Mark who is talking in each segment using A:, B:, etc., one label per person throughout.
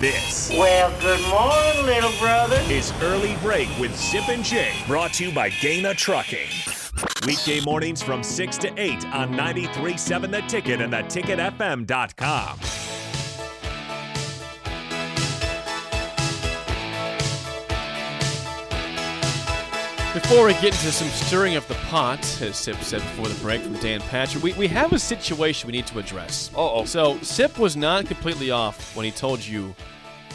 A: This
B: Well, good morning, little brother.
A: is Early Break with Zip and Jay, brought to you by Gaina Trucking. Weekday mornings from 6 to 8 on 93.7 The Ticket and theticketfm.com.
C: Before we get into some stirring of the pot, as Sip said before the break from Dan Patcher, we, we have a situation we need to address.
D: Uh-oh.
C: So, Sip was not completely off when he told you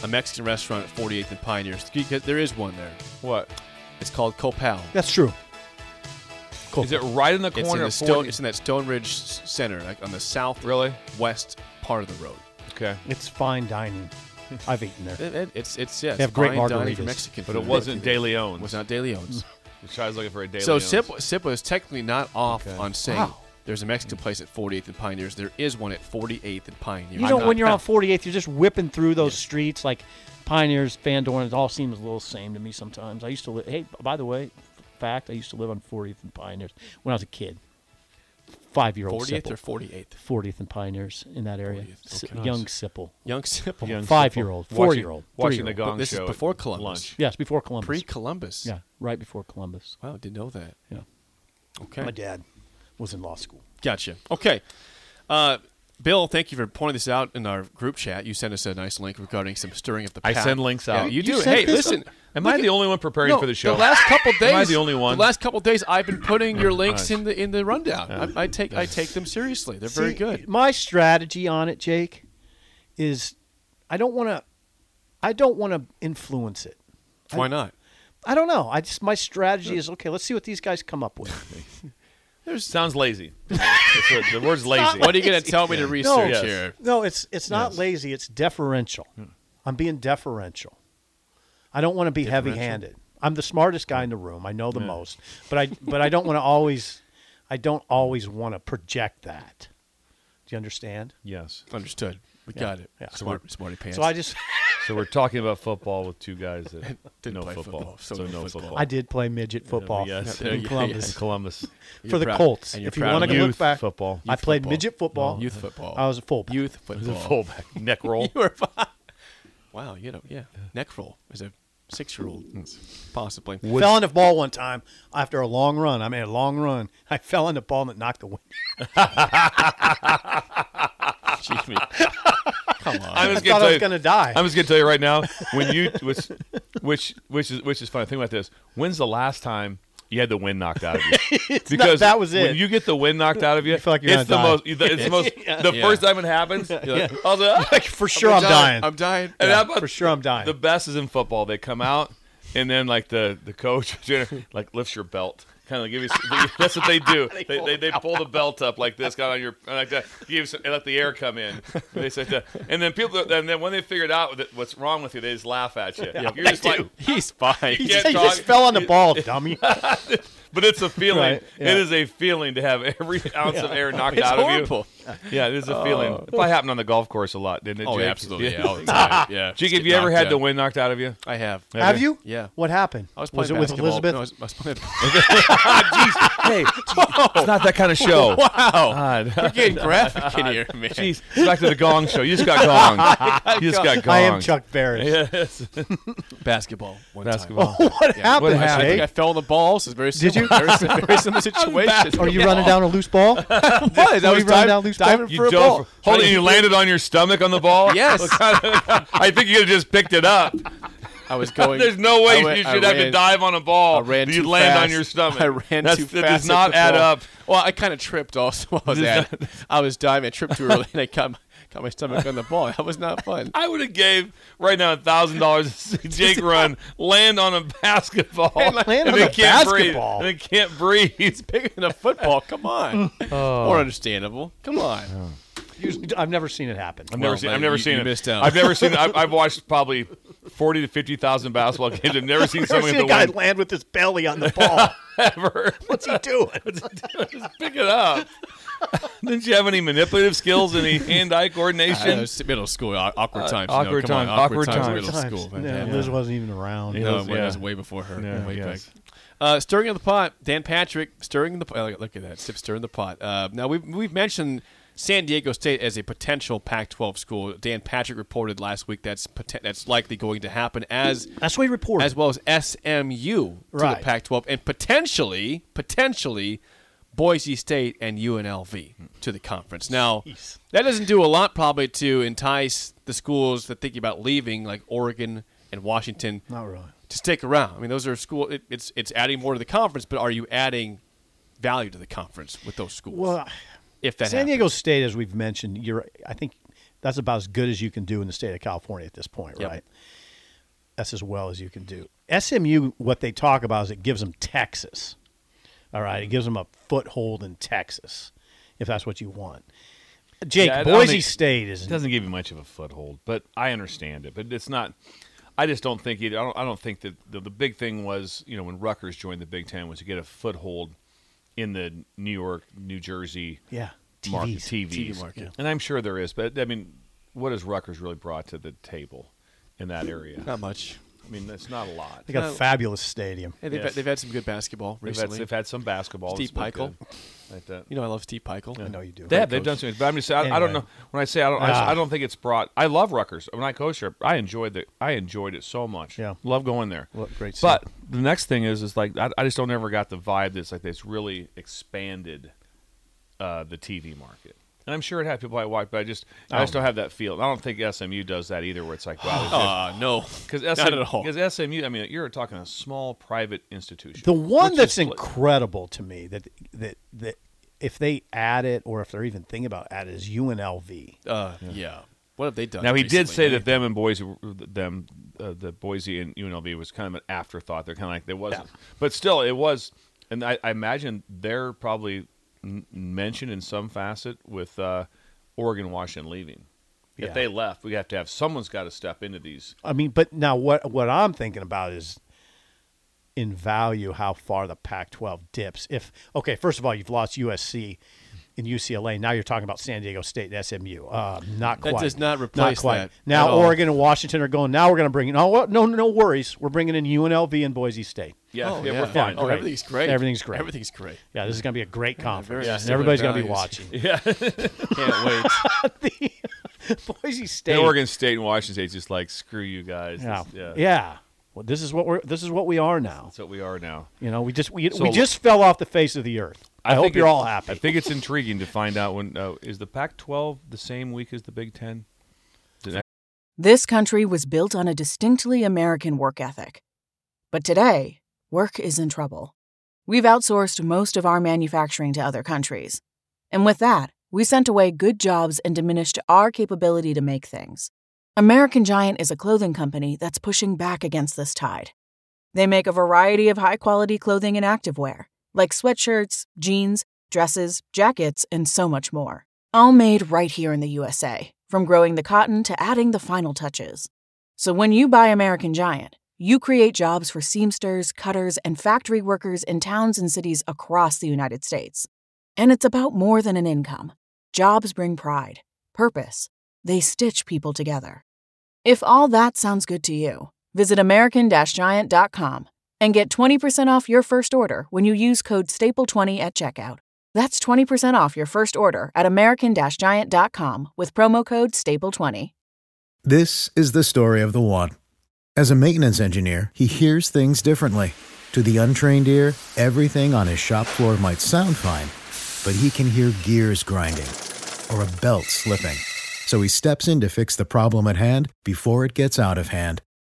C: a Mexican restaurant at 48th and Pioneers. Because There is one there.
D: What?
C: It's called Copal.
E: That's true.
D: Is it right in the
C: It's in,
D: corner
C: the
D: of
C: Stone,
D: 40?
C: it's in that Stone Ridge s- Center, like on the south
D: Really?
C: west part of the road.
D: Okay.
E: It's fine dining. I've eaten there.
C: It- it- it's it's yes.
E: They have great
C: fine dining for
E: margaritas.
C: Mexican
D: But it
C: food.
D: wasn't De Leon's.
C: It was not De Leon's.
D: Which I was looking for a daily.
C: So
D: O's.
C: Sip, Sip was technically not off on saying
E: Wow.
C: there's a Mexican place at 48th and Pioneers. There is one at 48th and Pioneers.
E: You
C: I'm
E: know,
C: not-
E: when you're on 48th, you're just whipping through those streets like Pioneers, Van Dorn. It all seems a little same to me sometimes. I used to live. Hey, by the way, fact, I used to live on 40th and Pioneers when I was a kid. Five year old
C: 40th or 48th?
E: 40th and Pioneers in that area.
C: 40th,
E: Si-
C: okay.
E: Young Sipple.
C: Young Sipple.
D: Young
E: Five
D: Sipple.
E: year old,
D: Watching-
E: four year old,
D: Watching the
C: But
D: Gong
C: this is
D: Show
C: before
D: at
C: Columbus.
D: Lunch.
E: Yes, before Columbus.
C: Pre-Columbus.
E: yeah, right before Columbus.
C: Wow, didn't know that.
E: Yeah.
C: Okay.
E: My dad was in law school.
C: Gotcha. Okay. Uh, Bill, thank you for pointing this out in our group chat. You sent us a nice link regarding some stirring of the
D: I
C: pot.
D: send links
C: Yeah,
D: out.
C: you do.
E: sent
C: Hey,
E: this?
C: listen.
D: Am
C: look
D: I
C: at-
D: the only one preparing
C: No,
D: for the show?
C: The last couple days.
D: Am I the only one?
C: The last couple days, I've been
E: Oh
C: putting your links
D: Nice.
C: in the in the rundown. I, I take I take them seriously. They're very
E: See,
C: good.
E: My strategy on it, Jake, is I don't want to I don't want to influence it.
C: Why not?
E: I don't know. I just my strategy is okay, let's see what these guys come up with.
D: Sounds lazy. That's what- the word's lazy.
C: What are you going to tell me to research
E: yes.
C: here?
E: no, it's it's not lazy, it's deferential.
C: Hmm.
E: I'm being deferential. I don't want to be heavy-handed. I'm the smartest guy in the room. I know the most. But I but I don't want to always I don't always want to project that. Do you understand?
D: Yes.
C: Understood. We got it.
E: Yeah.
C: Smart, smarty pants.
E: So I just
D: So we're talking about football with two guys that
C: Didn't
D: know
C: play
D: football.
C: football, so
D: So
C: no
D: no
C: football.
D: football.
E: I did play midget football
D: yes.
C: Yeah,
E: in
C: yeah,
E: Columbus.
D: In Columbus.
E: for
C: You're
E: the
C: proud-
E: Colts.
C: and you're
E: If you
C: proud
E: want
C: of
E: to
C: it.
E: look
D: Youth
E: back,
D: football.
E: I
D: Youth
E: played
C: football.
E: midget football.
C: Youth football.
E: I was a fullback.
C: youth football.
D: Fullback. Neck roll.
C: You were fine. Wow, you know, yeah. Neck roll as a six-year-old, possibly.
E: fell on the ball one time after a long run. I made a long run. I fell on the ball and it knocked the wind.
C: Jimmy. Come on.
D: I'm
E: I
D: just
E: thought I
D: gonna
E: was
D: tell
E: going
D: you-
E: to die.
D: I'm just gonna tell you right now, when you which which which is which is funny. Think about this. When's the last time you had the wind knocked out of you? because
E: that was
D: When
E: it.
D: you get the wind knocked out of you,
E: feel like you're
D: it's the
E: gonna
D: most. It's the most. The
C: Yeah.
D: first time it happens, you're like, I was like, "Ah."
E: like, for sure I'm dying.
C: I'm dying.
D: And
E: Yeah,
D: how about
E: for sure I'm dying.
D: The best is in football. They come out and then like the the coach like lifts your belt. Kind of give you. That's what they do. They, they, they, pull the belt up like this, kind of on your like that. Gives and let the air come in. And they say that, and then people. And then when they figured out that- what's wrong with you, they just laugh at you. You're just like,
C: He's fine.
D: you
E: He
D: can't
E: just
D: talk.
E: fell on the ball, dummy.
D: But it's a feeling.
E: Right, yeah.
D: It is a feeling to have every ounce of air knocked
C: It's
D: out
C: horrible.
D: of you. Yeah, it is a feeling.
E: Oh.
D: It probably happened on the golf course a lot, didn't it?
C: Oh,
D: Jake?
C: yeah, absolutely. Yeah, all the time. Yeah.
D: Jake,
C: Just
D: have
C: get
D: you ever
C: knocked
D: had the
C: down.
D: wind knocked out of you?
C: I have.
E: Have you?
C: Yeah.
E: What happened?
C: I was playing
E: was it with
C: basketball.
E: Elizabeth?
C: No, I was, I was playing.
D: It's not that kind of show.
C: wow.
D: God.
C: We're
E: Uh,
C: getting graphic in here, man.
D: Jeez, it's back to the Gong Show. You just got gong. You just got gong.
E: I am Chuck Barris.
D: Yes,
C: Basketball. One
D: basketball.
E: What happened,
D: What
C: Time. I
D: happened?
E: Jake?
C: think I fell on the ball. So it's very similar.
E: you?
C: Very, sim- very similar situation.
E: Are you running down a loose ball?
C: I was. I
E: Were
C: was
E: you running
C: diving,
E: down loose who's diving
D: You
E: for a
D: dove-
E: ball.
D: Hold it, and you landed on your stomach on the ball?
C: Yes.
D: What kind of- I think you could have just picked it up.
C: I was going.
D: There's no way
C: I went-
D: you
C: I
D: should have to
C: ran-
D: dive on a ball.
C: I ran
D: you
C: too
D: land on
C: fast.
D: your stomach.
C: I ran
D: That's,
C: too
D: that
C: fast.
D: does
C: at
D: not
C: the
D: add
C: ball.
D: up.
C: Well, I kind of tripped also while I was
D: Does
C: at it. I was diving. I tripped too early and I got my, got my stomach on the ball. That was not fun.
D: I would have gave right now a thousand dollars to see Jake run, land on a basketball,
E: Land on
D: they
E: a
D: can't
E: basketball.
D: breathe, and they can't breathe.
C: Bigger than a football. Come on. More understandable. Come on.
E: Usually- I've never seen it happen.
D: I've
C: Well,
D: never seen. I've
C: man,
D: never
C: you-
D: seen
C: you
D: it.
C: missed out.
D: I've never seen. I've, I've watched probably forty to fifty thousand basketball games. I've never seen
E: I've never
D: something
E: seen a guy
D: at the wing
E: land with his belly on the ball.
D: ever.
E: What's he doing?
D: Pick it up. Didn't you have any manipulative skills? Any hand-eye
C: I know,
D: coordination?
C: it's middle school. aw- Awkward times. No,
D: awkward
C: come on,
D: times, awkward
C: Awkward times.
D: times.
C: Middle school. man.
E: Yeah,
C: Yeah.
E: Liz wasn't even around.
C: No,
D: was-
C: it was
D: yeah.
C: way before her.
D: Yeah,
C: way
D: yes.
C: back. Uh, stirring of the pot. Dan Patrick stirring the. Oh, look at that. Sip stirring the pot. Uh, now we've we've mentioned San Diego State as a potential Pac-12 school. Dan Patrick reported last week that's poten- that's likely going to happen as
E: That's what he reported.
C: as well as SMU to
E: Right.
C: the Pac-12 and potentially potentially Boise State and UNLV to the conference. Now that doesn't do a lot probably to entice the schools that think about leaving like Oregon and Washington
E: Not really.
C: to stick around. I mean those are school. It, it's it's adding more to the conference, but are you adding value to the conference with those schools?
E: Well,
C: if that
E: San
C: happens?
E: Diego State, as we've mentioned, you're. I think that's about as good as you can do in the state of California at this point,
C: Yep.
E: right? That's as well as you can do. SMU, what they talk about is it gives them Texas. All right, it gives them a foothold in Texas, if that's what you want. Jake,
D: Yeah, I don't
E: Boise
D: think-
E: State is
D: It doesn't give you much of a foothold, but I understand it. But it's not. I just don't think it. I don't. I don't think that the, the big thing was you know when Rutgers joined the Big Ten was to get a foothold in the New York, New Jersey,
E: yeah.
D: mar-
E: TVs.
D: TVs.
C: TV market.
D: and I'm sure there is. But I mean, what has Rutgers really brought to the table in that area?
C: not much.
D: I mean, that's not a lot.
E: They got
C: No.
E: a fabulous stadium.
C: Hey, they've,
D: Yes.
C: had, they've had some good basketball
D: They've had,
C: recently.
D: they've had some basketball.
C: Steve
D: that's looked
C: Peichel.
D: good, Like that.
C: you know I love Steve Peichel.
E: I know you do.
D: They have, they've done some, but I'm just saying, I, I don't know.
E: Anyway.
D: When I say I don't, I, just-
E: Ah.
D: I don't think it's brought. I love Rutgers. When I coached there, I enjoyed the, I enjoyed it so much.
E: Yeah.
D: love going there.
E: Well, great city.
D: But the next thing is, is like I, I just don't ever got the vibe that's like that's really expanded uh, the TV market. And I'm sure it had people I watched, but I just, I
E: Oh.
D: just don't have that feel. I don't think SMU does that either. Where it's like, wow,
C: Uh, no.
D: because
C: Not at all.
D: Because SMU, I mean, you're talking a small private institution.
E: The one
D: Let's
E: that's
D: just let-
E: incredible to me that that that if they add it or if they're even thinking about add it is UNLV.
C: Uh, yeah. What have they done?
D: Now he did
C: recently?
D: say that them and Boise, were- them, uh, the Boise and UNLV was kind of an afterthought. They're kind of like there wasn't, but still it was, and I, I imagine they're probably n- mentioned in some facet with uh, Oregon, Washington leaving.
E: Yeah.
D: If they left, we have to have someone's got to step into these.
E: I mean, but now what what I'm thinking about is in value how far the Pac-12 dips. If okay, first of all, you've lost USC and UCLA. Now you're talking about San Diego State and SMU. Uh, not
C: That
E: quite.
C: does not replace
E: quite.
C: that at
E: Now
C: all.
E: Oregon and Washington are going. Now we're going to bring in. Oh well, no, no worries. We're bringing in UNLV and Boise State.
D: Yeah,
C: Oh,
D: yeah,
C: yeah.
D: we're fine.
C: Oh,
E: Great.
C: everything's great.
E: Everything's great.
C: Everything's great.
E: Yeah, this is going to be a great conference.
C: very
E: and everybody's going to be
C: similar
E: watching.
C: Can't wait.
E: Boise State.
D: And Oregon State and Washington State's just like screw you guys.
E: Yeah.
D: This-
E: yeah.
D: yeah,
E: Well, this is what we're. This is what we are now.
D: That's what we are now.
E: You know, we just we,
D: So-
E: we just fell off the face of the earth. I, hope
D: think
E: you're
D: it-
E: all
D: I
E: happy.
D: think it's intriguing to find out when uh, is the Pac-12 the same week as the Big Ten?
F: This country was built on a distinctly American work ethic. But today, work is in trouble. We've outsourced most of our manufacturing to other countries. And with that, we sent away good jobs and diminished our capability to make things. American Giant is a clothing company that's pushing back against this tide. They make a variety of high quality clothing and activewear, like sweatshirts, jeans, dresses, jackets, and so much more. All made right here in the USA, from growing the cotton to adding the final touches. So when you buy American Giant, you create jobs for seamsters, cutters, and factory workers in towns and cities across the United States. And it's about more than an income. Jobs bring pride, purpose, they stitch people together. If all that sounds good to you, visit American Giant.com and get 20% off your first order when you use code STAPLE20 at checkout. That's 20% off your first order at American Giant.com with promo code STAPLE20.
G: This is the story of the one. As a maintenance engineer, he hears things differently. To the untrained ear, everything on his shop floor might sound fine, but he can hear gears grinding or a belt slipping. So he steps in to fix the problem at hand before it gets out of hand.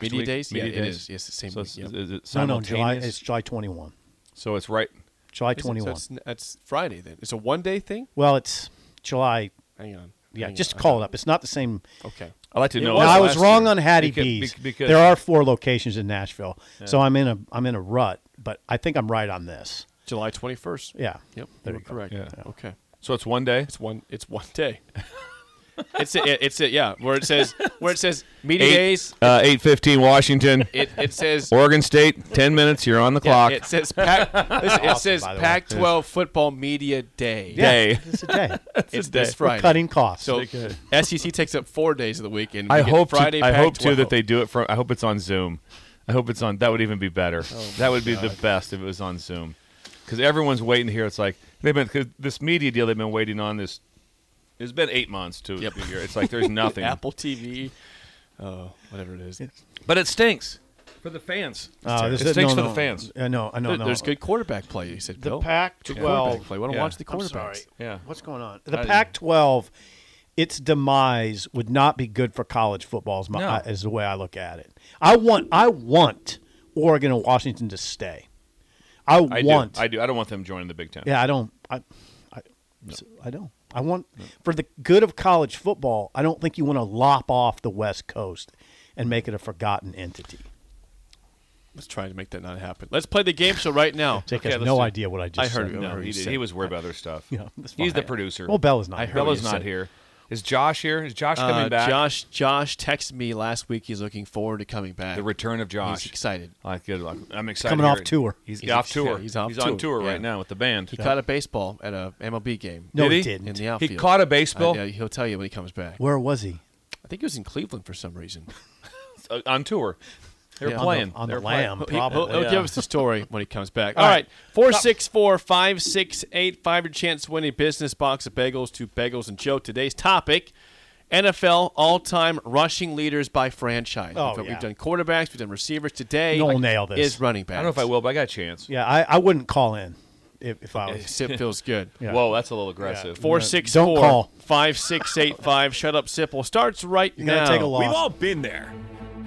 C: Media
D: week?
C: days?
D: Media
C: yeah, it
D: days?
C: is. Yes, the same
D: So
C: week.
D: it's,
C: yep.
D: is it
E: No, no, July.
D: simultaneous?
E: It's July twenty one.
D: so it's right.
E: July
C: Is it- so
E: twenty one.
C: it's- That's Friday then. It's a one day thing?
E: Well, it's July.
C: Hang on.
E: Yeah,
C: Hang
E: just
C: on.
E: call it up. It's not the same.
C: Okay.
D: I like to know.
E: Now, I was
D: last
E: wrong
D: year.
E: on Hattie
D: Beca-
E: B's.
D: bec- because
E: there are four locations in Nashville, so I'm in a I'm in a rut. But I think I'm right on this.
C: July 21st.
E: Yeah.
C: Yep. you
E: There you
C: were
E: go.
C: correct.
D: Yeah.
C: Okay.
D: So it's one day.
C: It's one. It's one day. it's it, it's it. Yeah. Where it says where it says media days.
D: uh, eight fifteen Washington,
C: It, it says
D: Oregon State. Ten minutes. You're on the clock.
C: Yeah, it says Pac. listen, it says
E: by the way.
C: Pac-12 football media day.
E: Yeah,
D: Day.
E: It's a day.
C: It's this
E: We're
C: Friday.
E: cutting costs.
C: So SEC takes up four days of the weekend. We
D: I
C: get
D: hope.
C: Friday.
D: to, I hope too
C: Pac-12.
D: that they do it from. I hope it's on Zoom. I hope it's on. That would even be better. that would be the best if it was on Zoom, because everyone's waiting here. It's like they've been cause this media deal. They've been waiting on this. It's been eight months to
C: Yep.
D: to here. It's like there's nothing.
C: Apple TV, oh, whatever it is.
D: But it stinks for the fans.
E: Uh, this
D: it
E: is-
D: stinks
E: no,
D: for
E: no,
D: the fans.
E: Uh, no, I know.
C: There-
E: no.
C: There's good quarterback play. You said
E: The
C: Bill. Good quarterback
E: Pac-12.
C: play. I want to
D: Yeah.
C: watch the
E: I'm
C: quarterbacks.
E: sorry.
D: Yeah.
E: What's going on? The Pac-12, its demise would not be good for college football. Is, my,
D: No.
E: is the way I look at it. I want, I want Oregon and Washington to stay. I,
D: I
E: want.
D: do. I do. I don't want them joining the Big Ten.
E: yeah, I don't. I, I, I don't. I want for the good of college football. I don't think you want to lop off the West Coast and make it a forgotten entity.
C: Let's try to make that not happen. Let's play the game show right now.
E: Jake
D: Okay,
E: has
D: let's
E: no
D: do it.
E: idea what I just.
C: I heard
E: said.
C: it.
D: No,
C: Whatever
D: he
C: you
D: did.
C: said.
D: He was worried about other stuff.
E: Yeah, that's
D: He's the
E: fine.
D: producer.
E: Well, Bell is not.
C: I
E: here.
C: heard
D: Bella's
C: you
D: not
C: said.
D: here. Is Josh here? Is Josh coming
C: Uh,
D: back?
C: Josh, Josh texted me last week. He's looking forward to coming back.
D: The return of Josh.
C: He's excited.
D: I good luck. I'm excited.
E: Coming
D: to
E: off
D: hear it.
E: tour.
D: He's,
C: He's
D: off
C: ex-
D: tour.
C: yeah, he's off
D: on
C: tour,
D: tour
C: yeah.
D: right now with the band.
C: He caught a baseball at a MLB game.
E: No,
D: Did
E: he
D: he?
E: didn't.
C: in the outfield.
D: He caught a baseball
C: I- uh, he'll tell you when he comes back.
E: Where was he?
C: I think he was in Cleveland for some reason.
D: uh, on tour. They were
C: Yeah.
D: playing
E: on the
D: They were
E: lamb,
D: playing.
C: He- he'll-
E: probably.
C: He'll,
D: oh, Yeah.
C: give us the story when he comes back. All right, four six four five six eight five. Your chance to win a business box of bagels to Bagels and Joe. Today's topic: NFL all-time rushing leaders by franchise.
E: Oh,
C: we've,
E: yeah.
C: we've done quarterbacks, we've done receivers. Today,
E: Noel nailed this.
C: Is running
D: I
C: back.
D: don't know if I will, but I got a chance.
E: Yeah, I, I wouldn't call in if, if I was.
C: Sip feels good.
E: Yeah.
D: Whoa, that's a little aggressive.
C: Four six
E: Don't
C: four
E: call.
C: five six eight five. Shut up, Sipple. Starts right
E: You're
C: now.
E: gonna take a loss.
A: We've all been there.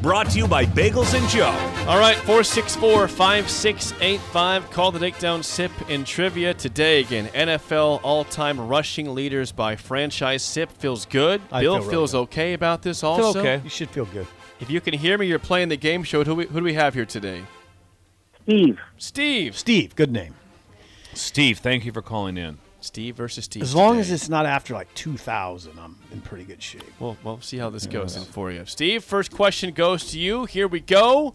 A: Brought to you by Bagels and Joe.
C: All right, 464 5685. Call the Dick Down Sip in trivia today. Again, NFL all time rushing leaders by franchise. Sip feels good.
E: I
C: Bill
E: feel real
C: feels
E: good.
C: okay about this also.
D: okay.
E: You should feel good.
C: If you can hear me, you're playing the game show. Who, we- who do we have here today?
B: Steve.
C: Steve.
E: Steve, good name.
D: Steve, thank you for calling in.
C: Steve versus Steve.
E: As long as
C: today.
E: it's not after like 2000, I'm in pretty good shape.
C: We'll, we'll see how this goes in for you. Steve, first question goes to you. Here we go.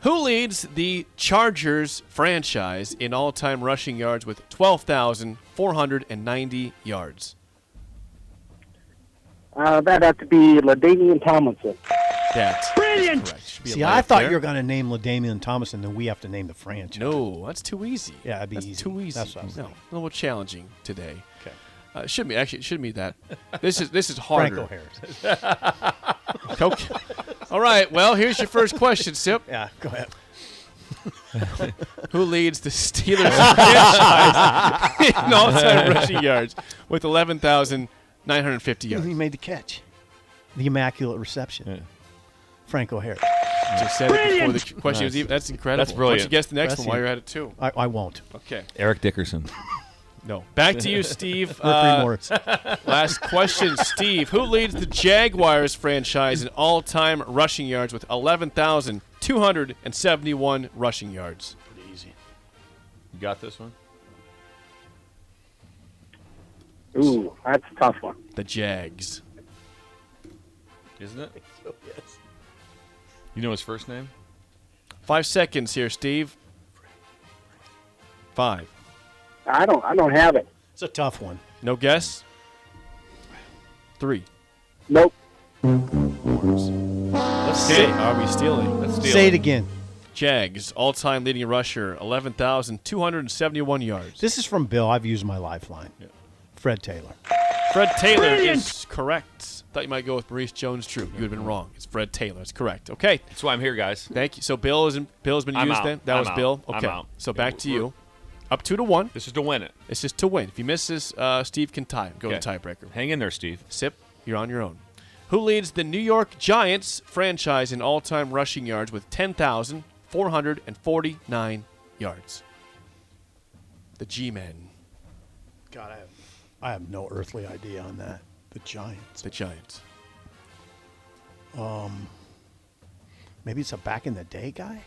C: Who leads the Chargers franchise in all time rushing yards with 12,490 yards?
H: Uh, that'd have to be Ladainian Tomlinson.
C: That brilliant. correct. Should be a
E: See,
C: layup
E: I thought
C: there.
E: you were going to name LaDamian Thomas, and then we have to name the franchise.
C: No, that's too easy.
E: Yeah, that'd be
C: that's
E: easy.
C: too easy.
E: That's what I was
C: no,
E: thinking.
C: a little challenging today.
E: Okay.
C: Uh, it shouldn't be actually. It shouldn't be that. This is this is
E: Franco
C: harder.
E: Harris.
C: Okay. All right. Well, here's your first question, Sip.
E: Yeah, go ahead.
C: Who leads the Steelers franchise in all-time rushing yards with 11,950 yards?
E: He made the catch, the immaculate reception. Franco Harris.
C: just said it before the question was even. That's incredible.
D: That's
C: Why
D: brilliant.
C: don't you guess the next one while
E: Brilliant.
C: you're at it too?
E: I, I won't.
C: Okay.
I: Eric Dickerson.
C: No. Back to you, Steve.
E: We're
C: Uh,
E: three Morris.
C: Last question, Steve. Who leads the Jaguars franchise in all time rushing yards with 11,271 rushing yards?
D: You got this one?
H: Ooh, that's a tough one.
C: The Jags.
D: Isn't it? You know his first name?
C: Five seconds here, Steve. Five.
H: I don't. I don't have it.
E: It's a tough one.
C: No guess? Three.
H: Nope.
C: Let's see. Are we stealing?
D: That's stealing.
E: Say it again.
C: Jags, all time leading rusher, 11,271 yards.
E: This is from Bill. I've used my lifeline. Fred Taylor.
C: Fred Taylor is correct. Thought you might go with Maurice Jones Drew. You would have been wrong. It's Fred Taylor. It's correct. Okay.
D: That's why I'm here, guys.
C: Thank you. So Bill is in, Bill has been
D: I'm
C: used
D: out.
C: then. That
D: I'm
C: was
D: out.
C: Bill.
D: I'm
C: Okay.
D: out.
C: So
D: Yeah,
C: back to
D: we're-
C: you. Up two to one.
D: This is to win it.
C: It's just to win. If he misses, uh, Steve can tie him. Go to
D: Okay.
C: tiebreaker.
D: Hang in there, Steve.
C: Sip, you're on your own. Who leads the New York Giants franchise in all time rushing yards with 10,449 yards? The G Men,
E: God, I have, I have no earthly idea on that. The Giants.
C: the Giants.
E: Maybe it's a back in the day guy.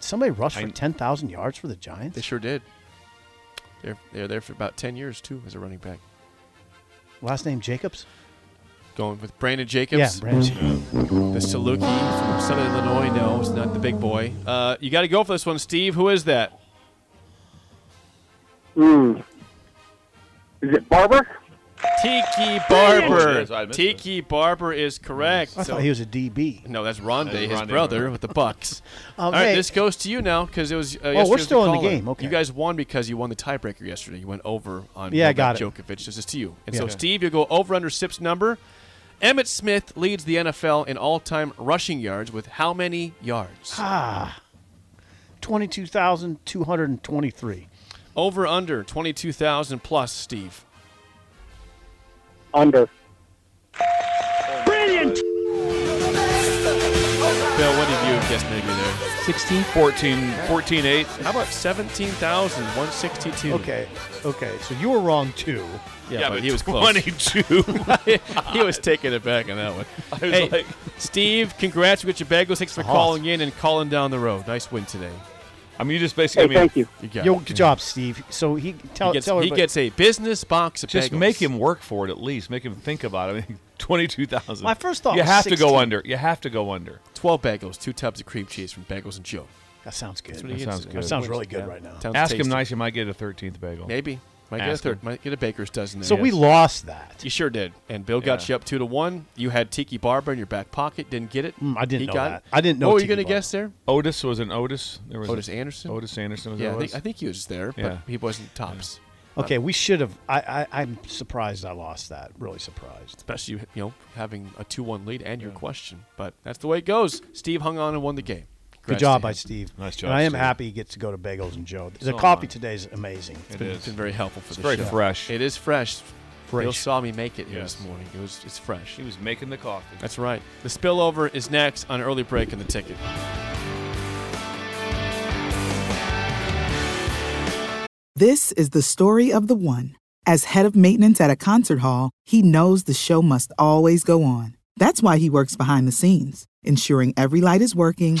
E: Somebody rushed for ten thousand yards for the Giants.
C: They sure did. They're, they're there for about 10 years, too, as a running back.
E: Last name Jacobs.
C: Going with Brandon Jacobs.
E: Yeah, Brandon.
C: The Saluki from Southern Illinois. No, it's not the big boy. Uh, you got to go for this one, Steve. Who is that?
H: Mm. Is it Barber?
C: Tiki
D: Oh, geez, I
C: Barber.
D: missed
C: Tiki Barber is correct.
E: I
C: So-
E: thought he was a DB.
C: No, that's Rondé,
D: That's
C: his
D: Rondé,
C: brother,
D: right.
C: with the Bucks.
E: Um,
C: All right,
E: hey,
C: this goes to you now because it was. Uh,
E: we're
C: yesterday's
E: still in the
C: caller.
E: game, okay.
C: You guys won because you won the tiebreaker yesterday. You went over on
E: Yeah, I
C: Novak
E: got it.
C: Djokovic. This is to you, and
E: Yeah.
C: so
E: Okay.
C: Steve, you'll go over under Sip's number. Emmett Smith leads the NFL in all-time rushing yards with how many yards?
E: ah, twenty-two thousand two hundred and twenty-three.
C: Over under twenty-two thousand plus. Steve,
H: Under.
C: Bill, what did you guess? Maybe there.
D: 16? 14, 14 8.
C: How about seventeen thousand one sixty-two?
E: Okay, okay. So you were wrong too.
C: Yeah,
D: Yeah,
C: but,
D: but
C: he was close.
D: 22.
C: he was taking it back on that one.
D: was
C: hey,
D: like-
C: Steve, congrats. We got your bagels. Thanks for calling in and calling down the road. Nice win today.
D: I mean, you just
H: Hey,
D: basically. I mean,
H: thank you.
C: You got
E: Yo,
C: it.
E: good job, Steve. So he tell
C: He gets,
E: tell
C: he
E: everybody-
C: gets a business box of
D: Just
C: bagels.
D: make him work for it at least. Make him think about it. I mean, 22,000.
E: My first thought
D: You
E: was
D: have to
E: 16.
D: go under. You have to go under.
C: 12 bagels, two tubs of cream cheese from Bagels and Joe.
E: That sounds good.
C: That's what he
D: sounds
C: gets.
D: good. That
E: sounds really good right now.
C: Sounds
D: Ask him
C: tasty.
D: nice. You might get a 13th bagel.
C: Maybe. Might get a
D: Ask
C: third.
D: him.
C: Might get a baker's dozen there.
E: So we lost that.
C: You sure did. And Bill got
D: Yeah.
C: you up two to one. You had Tiki Barber in your back pocket. Didn't get it.
E: Mm, I didn't
C: he
E: know
C: got
E: that.
C: It.
E: I didn't know
C: What were you
E: Tiki
C: gonna
E: Barber.
C: guess there?
D: Otis was an Otis. There was
C: Otis
D: a-
C: Anderson?
D: Otis Anderson. Was
C: Yeah,
D: that
C: I
D: what it
C: think, I
D: was?
C: think he was there, but
D: Yeah.
C: he wasn't tops.
E: Okay, we should have. I, I I'm surprised I lost that. Really surprised.
C: especially you know having a two-one lead and your question. But that's the way it goes. Steve hung on and won the game.
E: Good
C: Congrats
E: job
C: to
E: by
C: him.
E: Steve.
D: Nice job,
E: And I am
D: Steve.
E: happy he gets to go to Bagels and Joe. The
D: So
E: coffee
D: am I.
E: today is amazing.
D: It
C: Been-
D: is.
C: It's been very helpful for
D: It's
C: the
D: very
C: show.
D: fresh.
C: It is fresh. Bill
E: Fresh.
C: saw me make it here
D: Yes.
C: this morning. It was it's fresh.
D: He was making the coffee.
C: That's right. The spillover is next on early break in the ticket.
J: This is the story of the one. As head of maintenance at a concert hall, he knows the show must always go on. That's why he works behind the scenes, ensuring every light is working,